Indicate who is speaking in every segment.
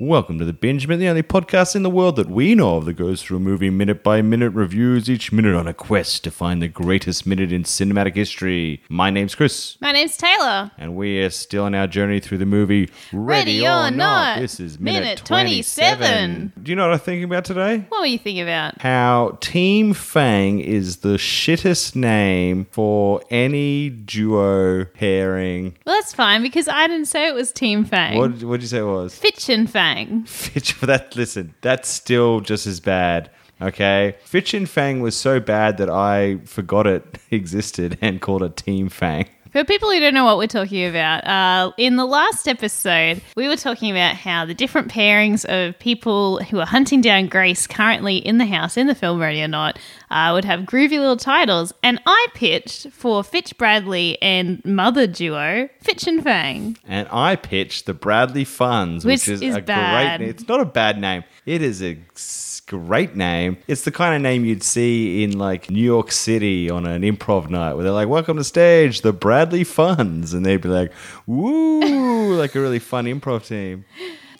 Speaker 1: Welcome to the Binge Minute, the only podcast in the world that we know of that goes through movie minute by minute reviews each minute on a quest to find the greatest minute in cinematic history. My name's Chris,
Speaker 2: My name's Taylor.
Speaker 1: and we are still on our journey through the movie Ready,
Speaker 2: Ready
Speaker 1: or,
Speaker 2: or
Speaker 1: not.
Speaker 2: Not.
Speaker 1: This is minute,
Speaker 2: Minute
Speaker 1: 27.
Speaker 2: 27.
Speaker 1: Do you know what I'm thinking about today?
Speaker 2: What were you thinking about?
Speaker 1: How Team Fang is the shittest name for any duo pairing.
Speaker 2: Well, that's fine because I didn't say it was Team Fang.
Speaker 1: What did you say it was?
Speaker 2: Fitch and Fang.
Speaker 1: Fitch for that. Listen, that's still just as bad. Okay, Fitch and Fang was so bad that I forgot it existed and called it Team Fang.
Speaker 2: For people who don't know what we're talking about, uh, in the last episode, we were talking about how the different pairings of people who are hunting down Grace currently in the house, in the film Ready or Not, uh, would have groovy little titles. And I pitched for Fitch Bradley and Mother Duo, Fitch and Fang.
Speaker 1: And I pitched the Bradley Funds, which,
Speaker 2: Which
Speaker 1: is,
Speaker 2: is
Speaker 1: a
Speaker 2: bad.
Speaker 1: great. It's not a bad name. It is a s- great name. It's the kind of name you'd see in like New York City on an improv night where they're like, "Welcome to stage, the Bradley Funds," and they'd be like, "Woo!" like a really fun improv team.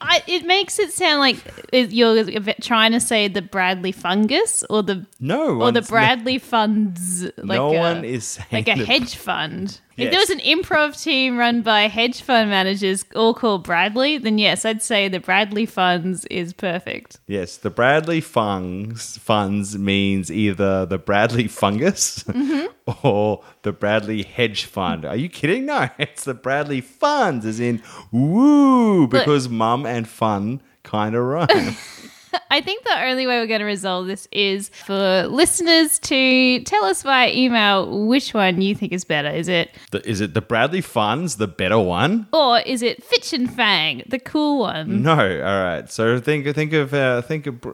Speaker 2: I, it makes it sound like it- you're trying to say the Bradley fungus or the
Speaker 1: No,
Speaker 2: or the
Speaker 1: one's- no-
Speaker 2: Bradley funds. Like
Speaker 1: no
Speaker 2: a,
Speaker 1: one is saying
Speaker 2: like a
Speaker 1: the-
Speaker 2: hedge fund. If there was
Speaker 1: Yes.
Speaker 2: an improv team run by hedge fund managers all called Bradley, then yes, I'd say the Bradley funds is perfect.
Speaker 1: Yes, the Bradley fungs funds means either the Bradley fungus or the Bradley hedge fund. Are you kidding? No, it's the Bradley funds, as in woo, because mum and fun kind of rhyme.
Speaker 2: I think the only way we're going to resolve this is for listeners to tell us via email which one you think is better. Is it
Speaker 1: The- Is it the Bradley funds the better one?
Speaker 2: or is it Fitch and Fang, the cool one?
Speaker 1: No. All right. So think think of uh, think of. Br-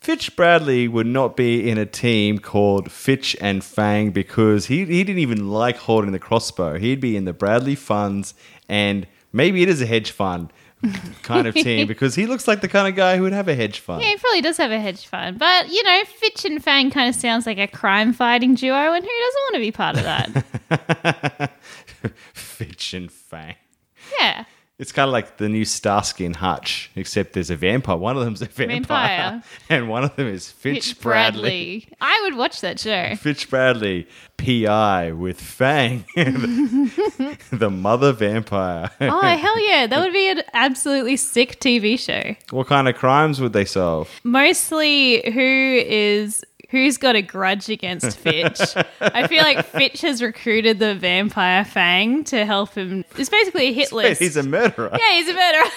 Speaker 1: Fitch Bradley would not be in a team called Fitch and Fang because he, he didn't even like holding the crossbow. He'd be in the Bradley funds and maybe it is a hedge fund kind of team because he looks like the kind of guy who would have a hedge fund.
Speaker 2: Yeah, he probably does have a hedge fund, but you know, Fitch and Fang kind of sounds like a crime-fighting duo, and who doesn't want to be part of that?
Speaker 1: Fitch and Fang.
Speaker 2: yeah.
Speaker 1: It's kind of like the new Starsky and Hutch, except there's a vampire. One of them's a vampire,
Speaker 2: Vampire.
Speaker 1: and one of them is Fitch,
Speaker 2: Fitch
Speaker 1: Bradley.
Speaker 2: Bradley. I would watch that show.
Speaker 1: Fitch Bradley, PI with Fang, the mother vampire.
Speaker 2: Oh, hell yeah. That would be an absolutely sick TV show.
Speaker 1: What kind of crimes would they solve?
Speaker 2: Mostly who is who's got a grudge against Fitch. I feel like Fitch has recruited the vampire Fang to help him. It's basically a hit
Speaker 1: Wait,
Speaker 2: list.
Speaker 1: he's a murderer.
Speaker 2: yeah, he's a murderer.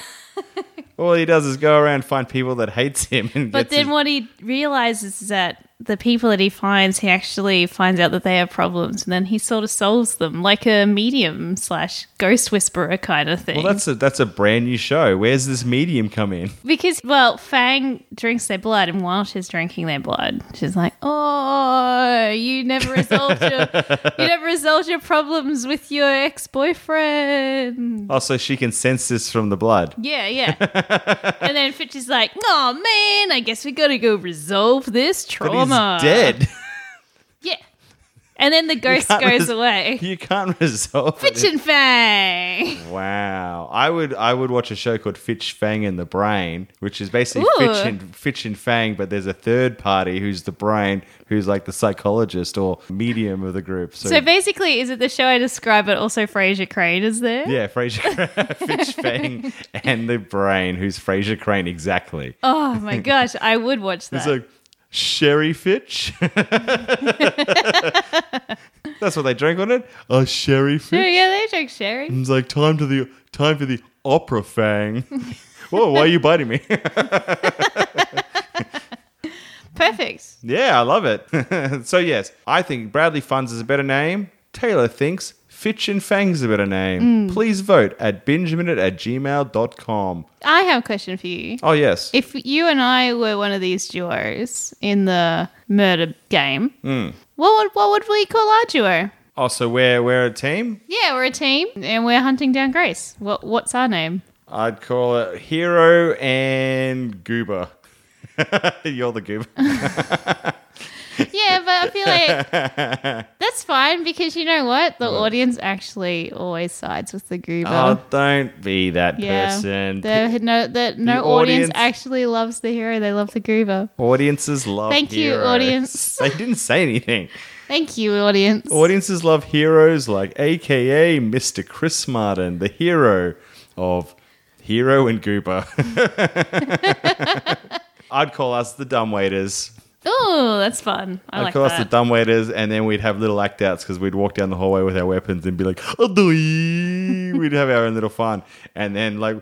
Speaker 1: All he does is go around find people that hates him and
Speaker 2: But
Speaker 1: gets
Speaker 2: then
Speaker 1: his-
Speaker 2: what he realizes is that the people that he finds, he actually finds out that they have problems, and then he sort of solves them like a medium slash ghost whisperer kind of thing.
Speaker 1: well, that's a that's a brand new show. Where's this medium come in?
Speaker 2: Because, well, Fang drinks their blood, and while she's drinking their blood, she's like, "Oh, you never resolved your, you never resolved your problems with your ex boyfriend."
Speaker 1: Oh, so she can sense this from the blood.
Speaker 2: Yeah, yeah. and then Fitch is like, "Oh man, I guess we gotta go resolve this
Speaker 1: But
Speaker 2: trauma."
Speaker 1: he's dead.
Speaker 2: Yeah. And then the ghost
Speaker 1: can't
Speaker 2: goes
Speaker 1: res-
Speaker 2: away.
Speaker 1: you can't resolve it.
Speaker 2: Fitch and Fang.
Speaker 1: Wow, I would I would watch a show called Fitch Fang and the Brain, which is basically
Speaker 2: Ooh.
Speaker 1: Fitch and Fitch and Fang, but there's a third party who's the brain, who's like the psychologist or medium of the group. So,
Speaker 2: So basically, is it the show I describe, but also Fraser Crane is there?
Speaker 1: yeah, Fraser Fitch Fang and the Brain, who's Fraser Crane exactly.
Speaker 2: Oh my gosh, I would watch that.
Speaker 1: It's like Sherry Fitch. That's what they drink on it. A Sherry
Speaker 2: Yeah,
Speaker 1: Fitch.
Speaker 2: yeah, they drink sherry.
Speaker 1: It's like time to the time for the opera Fang. Whoa, why are you biting me?
Speaker 2: Perfect.
Speaker 1: Yeah, I love it. so yes, I think Bradley Funds is a better name. Taylor thinks Fitch and Fang's a better name.
Speaker 2: Mm.
Speaker 1: Please vote at bingeminute at gmail.com.
Speaker 2: I have a question for you.
Speaker 1: Oh yes.
Speaker 2: If you and I were one of these duos in the murder game, what would what would we call our duo?
Speaker 1: oh, so we're we're a team?
Speaker 2: Yeah, we're a team and we're hunting down Grace. What what's our name?
Speaker 1: I'd call it Hero and Goober. You're the goober.
Speaker 2: Yeah, but I feel like that's fine because you know what? The audience actually always sides with the goober.
Speaker 1: Oh, don't be that
Speaker 2: yeah.
Speaker 1: person.
Speaker 2: There had no that no
Speaker 1: the
Speaker 2: audience,
Speaker 1: audience-
Speaker 2: actually loves the hero. They love the goober.
Speaker 1: Audiences love
Speaker 2: Thank you,
Speaker 1: heroes.
Speaker 2: audience.
Speaker 1: they didn't say anything.
Speaker 2: Thank you, audience.
Speaker 1: Audiences love heroes like AKA Mr. Chris Martin, the hero of Hero and Goober. I'd call us the dumb waiters.
Speaker 2: oh, that's fun. I
Speaker 1: I'd
Speaker 2: like
Speaker 1: call us the
Speaker 2: that.
Speaker 1: dumb waiters, and then we'd have little act outs because we'd walk down the hallway with our weapons and be like, "Adoi!" we'd have our own little fun. And then, like,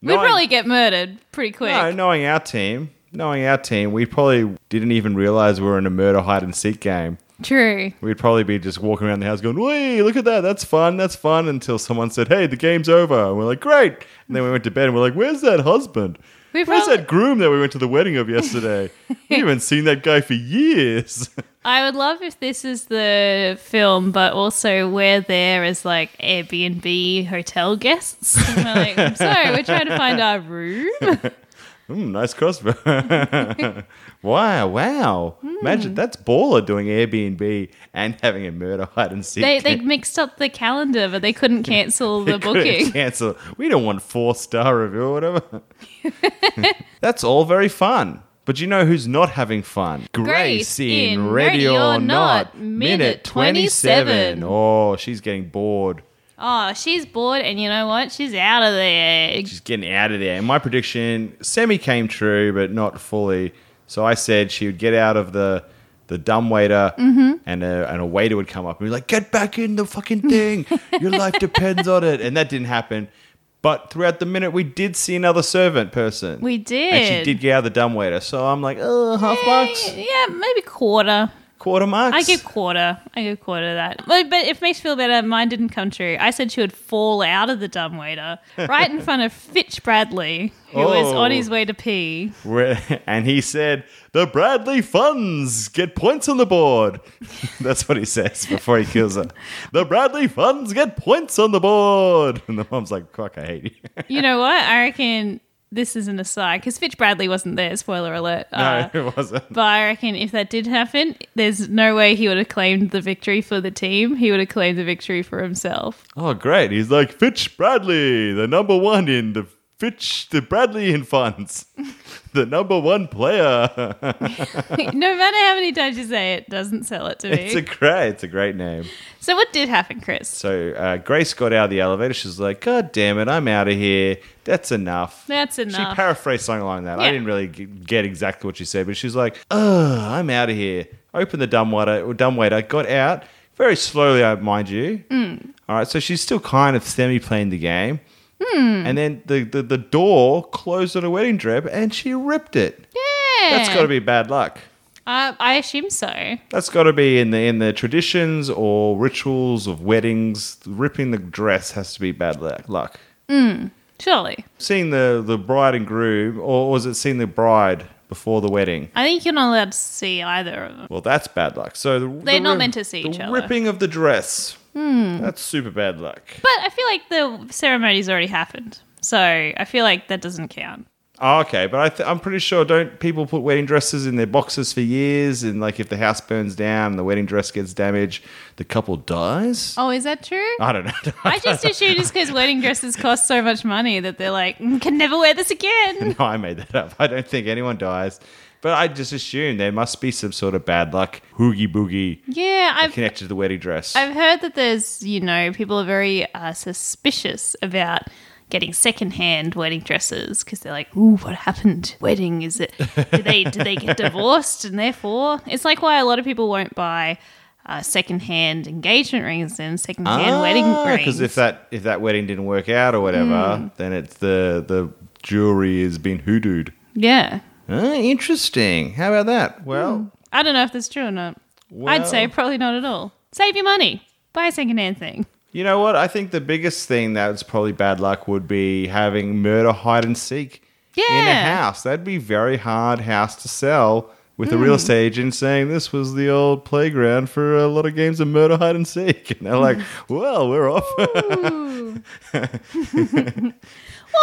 Speaker 2: We'd probably get murdered pretty quick.
Speaker 1: No, knowing our team, knowing our team, we probably didn't even realize we were in a murder hide and seek game.
Speaker 2: True.
Speaker 1: We'd probably be just walking around the house going, "Wee, look at that! That's fun! That's fun!" Until someone said, "Hey, the game's over," and we're like, "Great!" And then we went to bed and we're like, "Where's that husband?
Speaker 2: We
Speaker 1: Where's
Speaker 2: probably-
Speaker 1: that groom that we went to the wedding of yesterday? we haven't seen that guy for years."
Speaker 2: I would love if this is the film, but also we're there as like Airbnb hotel guests. And we're like, I'm sorry, we're trying to find our room.
Speaker 1: Mm, nice crossbow. wow, wow.
Speaker 2: Hmm.
Speaker 1: Imagine that's baller doing Airbnb and having a murder hide and seek.
Speaker 2: They, they
Speaker 1: game.
Speaker 2: mixed up the calendar, but they couldn't cancel the
Speaker 1: Couldn't
Speaker 2: booking.
Speaker 1: Cancel. We don't want four star review or whatever. that's all very fun. But you know who's not having fun?
Speaker 2: Grace in Ready or Not, minute 27.
Speaker 1: Oh, she's getting bored.
Speaker 2: Oh, she's bored, and you know what? She's out of there.
Speaker 1: She's getting out of there. And my prediction semi came true, but not fully. So I said she would get out of the the dumb waiter,
Speaker 2: Mm-hmm.
Speaker 1: and a and a waiter would come up and be like, "Get back in the fucking thing. Your life depends on it." And that didn't happen. But throughout the minute, we did see another servant person.
Speaker 2: We did.
Speaker 1: And she did get out of the dumb waiter. So I'm like, oh, half marks,
Speaker 2: Yeah, yeah, maybe quarter.
Speaker 1: quarter marks.
Speaker 2: I give quarter. I give quarter that. But, but if it makes you feel better, mine didn't come true. I said she would fall out of the dumbwaiter right in front of Fitch Bradley, who was
Speaker 1: Oh.
Speaker 2: on his way to pee.
Speaker 1: Re- And he said, "The Bradley funds get points on the board." That's what he says before he kills her. The Bradley funds get points on the board, and the mom's like, "Fuck, I hate you."
Speaker 2: You know what? I reckon this is an aside because Fitch Bradley wasn't there. Spoiler alert. Uh,
Speaker 1: no, it wasn't.
Speaker 2: but I reckon if that did happen, there's no way he would have claimed the victory for the team. He would have claimed the victory for himself.
Speaker 1: Oh, great! He's like Fitch Bradley, the number one in the Fitch the Bradley in funds, the number one player.
Speaker 2: no matter how many times you say it, doesn't sell it to me.
Speaker 1: It's a great, it's a great name.
Speaker 2: so what did happen, Chris?
Speaker 1: So uh, Grace got out of the elevator. She's like, "God damn it, I'm out of here. That's enough."
Speaker 2: That's enough.
Speaker 1: She paraphrased something like that. I
Speaker 2: Yeah.
Speaker 1: didn't really g- get exactly what she said, but she's like, "Ugh, I'm out of here." Open the dumbwaiter. Or dumbwaiter got out very slowly, I mind you.
Speaker 2: Mm.
Speaker 1: All right, so she's still kind of semi playing the game,
Speaker 2: Mm.
Speaker 1: and then the, the the door closed on a wedding dress, and she ripped it.
Speaker 2: yeah.
Speaker 1: That's got to be bad luck.
Speaker 2: Uh, I assume so.
Speaker 1: That's got to be in the in the traditions or rituals of weddings. Ripping the dress has to be bad lu- luck.
Speaker 2: Surely.
Speaker 1: Seeing the the bride and groom, or was it seeing the bride before the wedding?
Speaker 2: I think you're not allowed to see either of them.
Speaker 1: Well, that's bad luck. So the,
Speaker 2: They're
Speaker 1: the
Speaker 2: not
Speaker 1: rip-
Speaker 2: meant to see
Speaker 1: the
Speaker 2: each other. Hmm.
Speaker 1: Ripping of the dress. That's super bad luck.
Speaker 2: But I feel like the ceremony's already happened. So I feel like that doesn't count.
Speaker 1: Oh, okay, but I th- I'm pretty sure don't people put wedding dresses in their boxes for years? And like, if the house burns down, the wedding dress gets damaged, the couple dies.
Speaker 2: Oh, is that true?
Speaker 1: I don't know.
Speaker 2: I just assumed it's because wedding dresses cost so much money that they're like, "Mm, can never wear this again.
Speaker 1: No, I made that up. I don't think anyone dies. But I just assume there must be some sort of bad luck, hoogie boogie,
Speaker 2: Yeah, I've,
Speaker 1: connected to the wedding dress.
Speaker 2: I've heard that there's, you know, people are very uh, suspicious about getting secondhand wedding dresses because they're like, ooh, what happened? Wedding is it? Do they do they get divorced? And therefore, it's like why a lot of people won't buy uh, secondhand engagement rings and secondhand wedding rings. Hmm.
Speaker 1: Because Ah, if that if that wedding didn't work out or whatever, then it's the the jewelry has been hoodooed.
Speaker 2: yeah,
Speaker 1: Ah, interesting. How about that? Well,
Speaker 2: I don't know if that's true or not.
Speaker 1: Well-
Speaker 2: I'd say probably not at all. Save your money, buy a secondhand thing.
Speaker 1: you know what? I think the biggest thing that's probably bad luck would be having murder hide and seek in a
Speaker 2: Yeah.
Speaker 1: house. That'd be very hard house to sell with a
Speaker 2: Hmm.
Speaker 1: real estate agent saying this was the old playground for a lot of games of murder hide and seek. And they're like,
Speaker 2: Hmm.
Speaker 1: well, we're off.
Speaker 2: Well,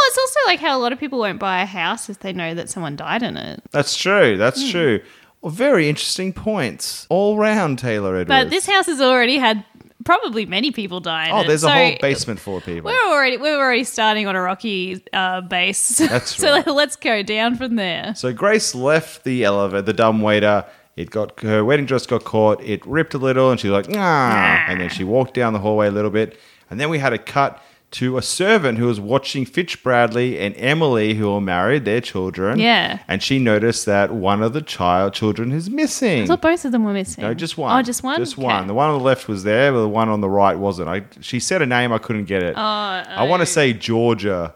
Speaker 2: it's also like how a lot of people won't buy a house if they know that someone died in it. Hmm.
Speaker 1: That's true. That's true. very interesting points all round, Taylor Edwards.
Speaker 2: But this house has already had probably many people die. In
Speaker 1: oh,
Speaker 2: it,
Speaker 1: there's
Speaker 2: so
Speaker 1: a whole basement full of people.
Speaker 2: We're already we're already starting on a rocky uh, base.
Speaker 1: That's
Speaker 2: so
Speaker 1: right.
Speaker 2: let's go down from there.
Speaker 1: So Grace left the elevator, the dumb waiter. It got her wedding dress got caught. It ripped a little, and she was like, nah. And then she walked down the hallway a little bit, and then we had a cut to a servant who was watching Fitch Bradley and Emily, who are married, their children.
Speaker 2: Yeah.
Speaker 1: And she noticed that one of the child children is missing.
Speaker 2: I thought both of them were missing.
Speaker 1: Hmm. No, just one.
Speaker 2: Oh, just one.
Speaker 1: Just
Speaker 2: Okay.
Speaker 1: one. The one on the left was there, but the one on the right wasn't. I she said a name, I couldn't get
Speaker 2: Oh,
Speaker 1: it. I want to say Georgia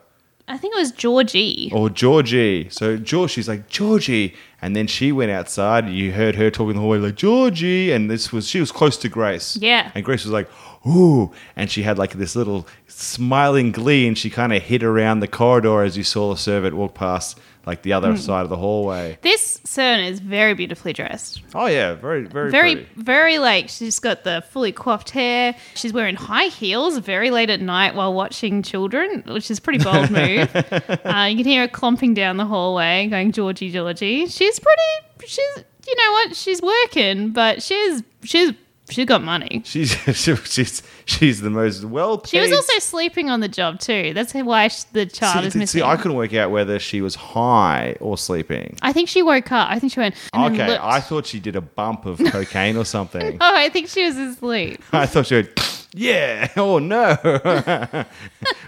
Speaker 2: I think it was Georgie.
Speaker 1: or Georgie. So George, she's like Georgie, and then she went outside. And you heard her talking in the hallway like Georgie, and this was she was close to Grace.
Speaker 2: Yeah.
Speaker 1: and Grace was like, "Ooh," and she had like this little smiling glee, and she kind of hid around the corridor as you saw the servant walk past like the
Speaker 2: Hmm.
Speaker 1: other side of the hallway.
Speaker 2: This servant is very beautifully dressed.
Speaker 1: Oh yeah, very very
Speaker 2: Very,
Speaker 1: pretty.
Speaker 2: very like she's got the fully coiffed hair. She's wearing high heels very late at night while watching children, which is a pretty bold move. Uh, you can hear her clomping down the hallway, going Georgie, Georgie. She's pretty. She's you know what? She's working, but she's she's she's got money.
Speaker 1: She's she's she's the most well paid.
Speaker 2: She was also sleeping on the job too. That's why sh the child is
Speaker 1: see,
Speaker 2: missing.
Speaker 1: see, I couldn't work out whether she was high or sleeping.
Speaker 2: I think she woke up. I think she went. And then
Speaker 1: Okay,
Speaker 2: looked.
Speaker 1: I thought she did a bump of cocaine or something.
Speaker 2: oh, I think she was asleep.
Speaker 1: I thought she would. Yeah. Oh no.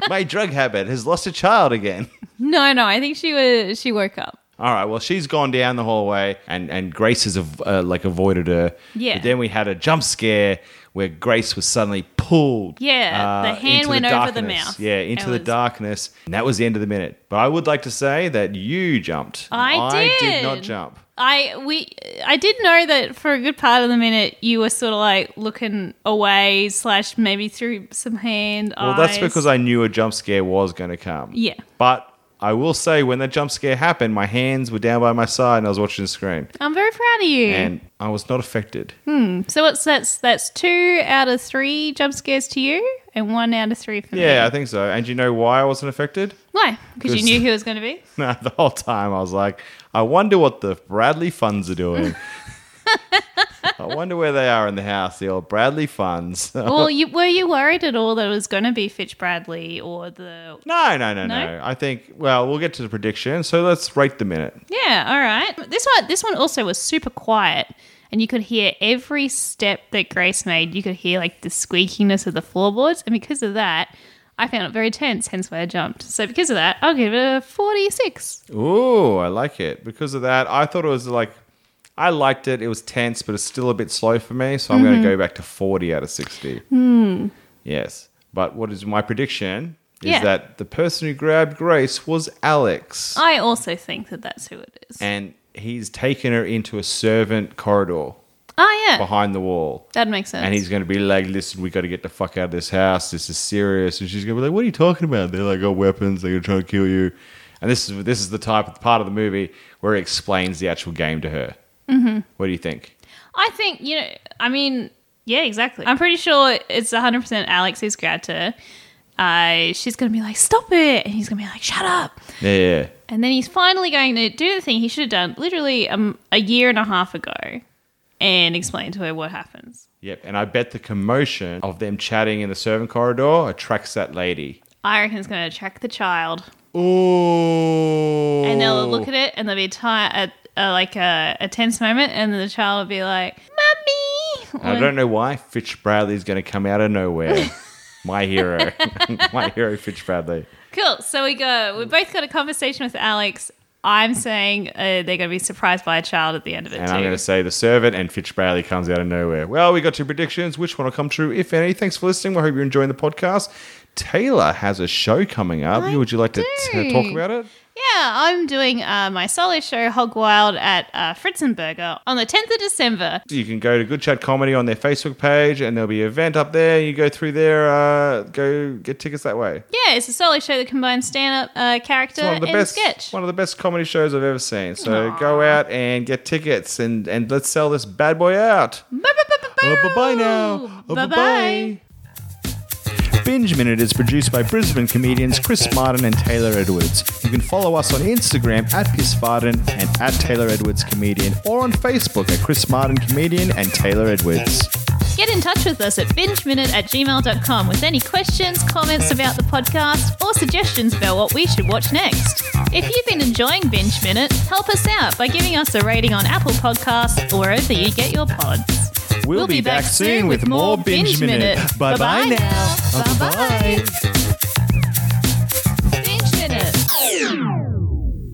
Speaker 1: My drug habit has lost a child again.
Speaker 2: No, no, I think she was. She woke up.
Speaker 1: All right. Well, she's gone down the hallway, and and Grace has av- uh, like avoided her.
Speaker 2: Yeah.
Speaker 1: But then we had a jump scare where Grace was suddenly pulled. uh,
Speaker 2: Yeah, the hand
Speaker 1: into
Speaker 2: went over the
Speaker 1: darkness.
Speaker 2: mouth.
Speaker 1: Yeah, into
Speaker 2: It
Speaker 1: the
Speaker 2: was-
Speaker 1: darkness, and that was the end of the minute. But I would like to say that you jumped. and
Speaker 2: I
Speaker 1: did
Speaker 2: did.
Speaker 1: not jump.
Speaker 2: I we I did know that for a good part of the minute you were sort of like looking away slash maybe through some hand.
Speaker 1: Well, that's because I knew a jump scare was going to come.
Speaker 2: Yeah.
Speaker 1: But I will say, when that jump scare happened, my hands were down by my side and I was watching the screen.
Speaker 2: I'm very proud of you.
Speaker 1: And I was not affected.
Speaker 2: Hmm. so what's that's that's two out of three jump scares to you, and one out of three for me.
Speaker 1: Yeah, I think so. And do you know why I wasn't affected?
Speaker 2: Why? Because you
Speaker 1: Because-
Speaker 2: knew who it was going to be.
Speaker 1: No, the whole time I was like, I wonder what the Bradley funds are doing. I wonder where they are in the house, the old Bradley funds. no,
Speaker 2: Well, you were you worried at all that it was going to be Fitch Bradley or the?
Speaker 1: no, no, no,
Speaker 2: No?
Speaker 1: I think, well, we'll get to the prediction. So let's rate the minute.
Speaker 2: Yeah, all right. This one this one also was super quiet. And you could hear every step that Grace made. You could hear like the squeakiness of the floorboards. And because of that, I found it very tense, hence why I jumped. So because of that, I'll give it a 46.
Speaker 1: Ooh, I like it. Because of that, I thought it was like I liked it. It was tense, but it's still a bit slow for me, so I'm going to go back to 40 out of 60. Yes. But what is my prediction is
Speaker 2: Yeah.
Speaker 1: that the person who grabbed Grace was Alex.
Speaker 2: I also think that that's who it is.
Speaker 1: and he's taken her into a servant corridor
Speaker 2: Oh, yeah.
Speaker 1: behind the wall.
Speaker 2: That makes sense.
Speaker 1: And he's going to be like, listen, we got to get the fuck out of this house. This is serious. And she's going to be like, what are you talking about? They're like, got weapons. They're going to try to kill you. And this is this is the type of part of the movie where it explains the actual game to her. Mm-hmm. What do you think?
Speaker 2: I think, you know, I mean, yeah, exactly. I'm pretty sure it's 100% Alex who's grabbed her. Uh, she's going to be like, stop it. And he's going to be like, shut up.
Speaker 1: Yeah, yeah.
Speaker 2: And then he's finally going to do the thing he should have done literally um, a year and a half ago and explain to her what happens.
Speaker 1: Yep. And I bet the commotion of them chatting in the servant corridor attracts that lady.
Speaker 2: I reckon it's going to attract the child.
Speaker 1: Ooh.
Speaker 2: And they'll look at it and they'll be ti at uh, like a, a tense moment and then the child will be like, Mummy!
Speaker 1: I don't know why Fitch Bradley's going to come out of nowhere. My hero. My hero, Fitch Bradley.
Speaker 2: Cool. So we go. We both got a conversation with Alex. I'm saying uh, they're going to be surprised by a child at the end of it
Speaker 1: And
Speaker 2: too.
Speaker 1: I'm going to say the servant and Fitch Bradley comes out of nowhere. Well, we got two predictions. Which one will come true, if any? Thanks for listening. We hope you're enjoying the podcast. Taylor has a show coming up.
Speaker 2: I
Speaker 1: Would you like to t-
Speaker 2: do.
Speaker 1: talk about it?
Speaker 2: Yeah, I'm doing uh, my solo show Hog Wild at uh, Fritzenberger on the 10th of December.
Speaker 1: You can go to Good Chat Comedy on their Facebook page, and there'll be an event up there. You go through there, uh, go get tickets that way.
Speaker 2: Yeah, it's a solo show that combines stand up uh, character
Speaker 1: It's one of the
Speaker 2: and
Speaker 1: best,
Speaker 2: sketch.
Speaker 1: one of the best comedy shows I've ever seen. So go out and get tickets, and and let's sell this bad boy out.
Speaker 2: Bye
Speaker 1: Oh, Uh, bye bye now. Uh,
Speaker 2: bye.
Speaker 1: bye. Oh, Binge Minute is produced by Brisbane comedians Chris Martin and Taylor Edwards. You can follow us on Instagram at Piss Martin and at Taylor Edwards Comedian or on Facebook at Chris Martin Comedian and Taylor Edwards.
Speaker 2: Get in touch with us at bingeminute at gmail.com with any questions, comments about the podcast, or suggestions about what we should watch next. If you've been enjoying Binge Minute, help us out by giving us a rating on Apple Podcasts or wherever you get your pods.
Speaker 1: We'll, be, back, soon with more Binge Minute. Bye bye now.
Speaker 2: Bye bye.
Speaker 1: Bye bye.